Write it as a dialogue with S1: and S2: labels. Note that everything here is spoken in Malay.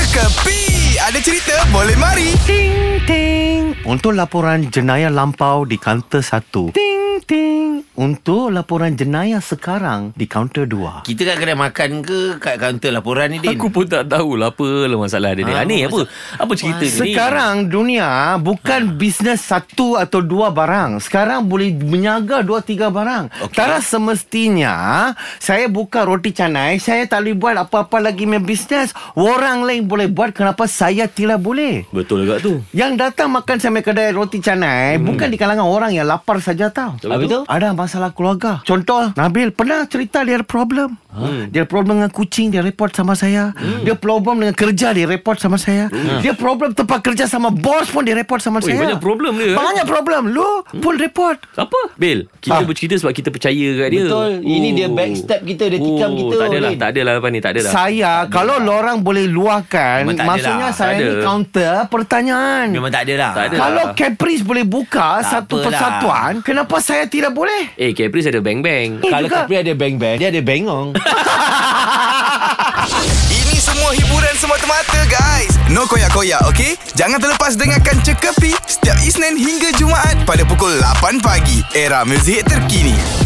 S1: Kepi Ada cerita boleh mari
S2: Ting ting.
S3: Untuk laporan jenayah lampau di kaunter 1
S2: Ting ting.
S3: Untuk laporan jenayah sekarang di kaunter 2
S4: Kita kat kedai makan ke Kat kaunter laporan ni Din
S5: Aku pun tak tahulah apa lah masalah dia ni. Ha,
S4: Ah,
S5: ni apa? Apa cerita dia ni?
S3: Sekarang dunia bukan bisnes satu atau dua barang Sekarang boleh menyaga dua tiga barang okay.
S4: Okey.
S3: Tara semestinya Saya buka roti canai Saya tak boleh buat apa-apa lagi main bisnes Orang lain boleh buat kenapa saya tidak boleh
S5: Betul juga tu.
S3: yang datang makan sampai kedai roti canai hmm. bukan di kalangan orang yang lapar saja tau.
S5: Habis tu?
S3: Ada masalah keluarga. Contoh Nabil pernah cerita dia ada problem.
S4: Ha.
S3: Hmm. Dia ada problem dengan kucing dia report sama saya. Hmm. Dia problem dengan kerja dia report sama saya.
S4: Ha.
S3: Hmm. Dia problem tempat kerja sama bos pun dia report sama
S5: Ui,
S3: saya.
S5: banyak problem dia, eh?
S3: Banyak problem. Lu
S4: Hmm.
S3: pun report.
S5: Apa? Bil, kita
S3: Ah.
S5: bercerita sebab kita percaya kat dia. Oh,
S4: Betul. Ini dia backstab kita, dia tikam kita,
S5: Tak adalah,
S4: Din.
S5: tak adalah apa ni, tak adalah.
S3: Saya kalau lorang boleh luahkan
S4: Memang tak
S3: maksudnya
S4: ada lah.
S3: saya
S5: Tak ada.
S3: ni counter pertanyaan.
S4: Memang tak ada lah
S5: Tak ada.
S3: Kalau Caprice boleh buka
S4: Tak
S3: satu
S4: apalah.
S3: persatuan, kenapa saya tidak boleh?
S5: Eh, Caprice ada bang-bang.
S3: Eh,
S4: Kalau
S3: juga.
S4: Kapri ada bang-bang Dia ada bengong
S1: Ini semua hiburan semata-mata guys No koyak-koyak ok Jangan terlepas dengarkan Cekapi Setiap Isnin hingga Jumaat Pada pukul 8 pagi Era muzik terkini